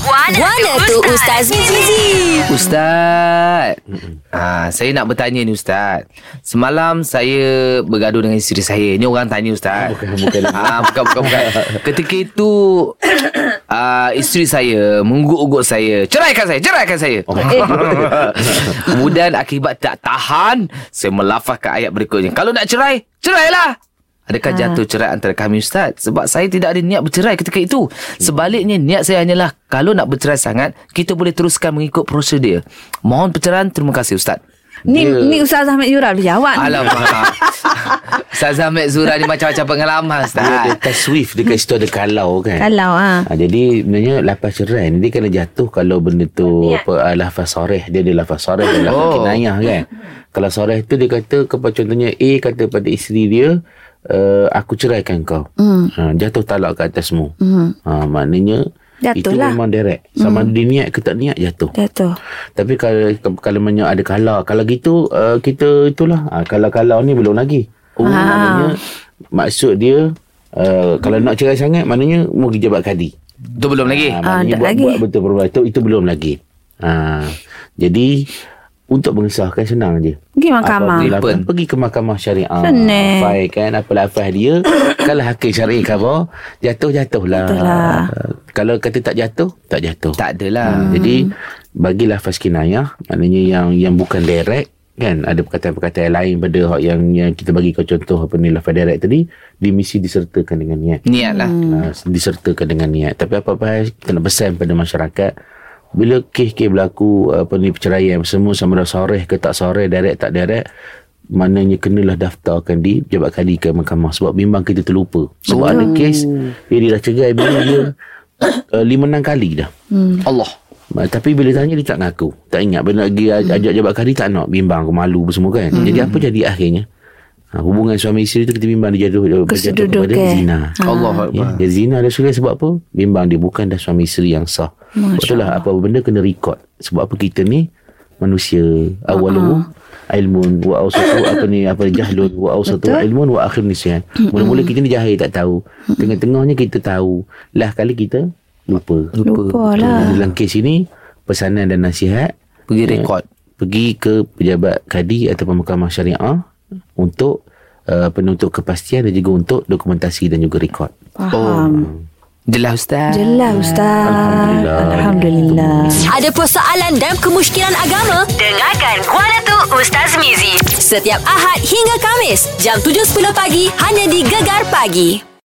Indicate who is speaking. Speaker 1: Wana,
Speaker 2: Wana tu Ustaz Mizi.
Speaker 3: Ustaz ha, Saya nak bertanya ni Ustaz Semalam saya bergaduh dengan isteri saya Ni orang tanya Ustaz Bukan bukan ha, Bukan bukan bukan Ketika itu uh, Isteri saya Mengguk-guk saya Ceraikan saya Ceraikan saya oh. Kemudian akibat tak tahan Saya melafazkan ayat berikutnya Kalau nak cerai Cerailah Adakah
Speaker 4: Ah.
Speaker 3: ha. jatuh cerai antara kami Ustaz? Sebab saya tidak ada niat bercerai ketika itu. Sebaliknya niat saya hanyalah kalau nak bercerai sangat, kita boleh teruskan mengikut prosedur. Mohon pencerahan. Terima kasih Ustaz.
Speaker 5: Ni ni Ustaz Ahmad Yura boleh jawab ni.
Speaker 3: Alamak. Ustaz Ahmed Zura ni macam-macam pengalaman
Speaker 4: Dia ada
Speaker 3: Ustaz.
Speaker 4: test swift Dekat situ ada kalau kan
Speaker 5: Kalau ah.
Speaker 4: Ha, jadi sebenarnya lafaz cerai ni dia kena jatuh kalau benda tu apa uh, lafaz soreh dia ada lafaz soreh dan
Speaker 3: Oh.
Speaker 4: lafaz oh. kinayah kan. Kalau soreh tu dia kata kepada contohnya A kata pada isteri dia uh, aku ceraikan kau. Mm. Ha, jatuh talak ke atasmu. Mm. Ha, maknanya
Speaker 5: Jatuh
Speaker 4: itu
Speaker 5: lah.
Speaker 4: memang direct. Sama mm. dia niat ke tak niat jatuh.
Speaker 5: Jatuh.
Speaker 4: Tapi kalau kalau menyo ada kalau kalau gitu uh, kita itulah uh, kalau kalau ni belum lagi.
Speaker 5: Ah.
Speaker 4: Oh, maknanya maksud dia uh, kalau nak cerai sangat maknanya mau pergi jabat kadi.
Speaker 3: Itu belum lagi.
Speaker 4: Ah,
Speaker 5: Ah,
Speaker 4: maknanya
Speaker 5: tak
Speaker 4: buat,
Speaker 5: lagi.
Speaker 4: buat betul perubahan itu itu belum lagi. Ah, jadi untuk mengesahkan senang je.
Speaker 5: Pergi mahkamah.
Speaker 4: Apa, apa,
Speaker 3: Ribbon.
Speaker 4: pergi ke mahkamah syariah.
Speaker 5: Senang.
Speaker 4: Baik kan apa lafaz dia kalau hakim syariah cover jatuh jatuhlah.
Speaker 5: Betul lah.
Speaker 4: Kalau kata tak jatuh, tak jatuh.
Speaker 3: Tak adalah.
Speaker 4: Hmm. Jadi bagi lafaz kinayah maknanya yang yang bukan direct kan ada perkataan-perkataan lain pada hak yang yang kita bagi kau contoh apa ni lafaz direct tadi dimisi disertakan dengan niat.
Speaker 3: Niatlah.
Speaker 4: Hmm. disertakan dengan niat. Tapi apa-apa hal kena pesan pada masyarakat bila kes-kes berlaku apa ni perceraian semua sama ada soreh ke tak soreh, direct tak direct maknanya kenalah daftarkan di Jabat Kadi ke mahkamah sebab bimbang kita terlupa. Sebab ada kes dia, dia dah cerai bila dia uh, lima enam kali dah.
Speaker 3: Allah.
Speaker 4: Ma- Tapi bila tanya dia tak ngaku Tak ingat Bila nak pergi aj- ajak jabat kari tak nak Bimbang malu apa semua kan hmm. Jadi apa jadi akhirnya ha, Hubungan suami isteri tu kita bimbang Dia jatuh, jatuh
Speaker 5: Kesedudukan.
Speaker 4: kepada zina
Speaker 3: Allah Akbar.
Speaker 4: Ya, dia zina dan suria sebab apa? Bimbang dia bukan dah suami isteri yang sah. Itulah apa benda kena record. Sebab apa kita ni manusia awaluhu ilmun wa awsatu apa ni apa jahlun wa awsatu ilmun wa akhir nisyan. Mula-mula kita ni jahil tak tahu. Tengah-tengahnya kita tahu. Lah kali kita lupa.
Speaker 5: Lupa lah.
Speaker 4: Dalam kes ini pesanan dan nasihat
Speaker 3: Pergi rekod.
Speaker 4: pergi ke pejabat kadi ataupun mahkamah syariah untuk uh, penuntut kepastian dan juga untuk dokumentasi dan juga rekod.
Speaker 5: Faham.
Speaker 3: Oh. Jelas Ustaz.
Speaker 5: Jelas Ustaz.
Speaker 4: Alhamdulillah.
Speaker 5: Alhamdulillah.
Speaker 2: Ada persoalan dan kemusykilan agama?
Speaker 1: Dengarkan Wana tu Ustaz Mizi
Speaker 2: Setiap Ahad hingga Kamis, jam 7.10 pagi, hanya di Gegar Pagi.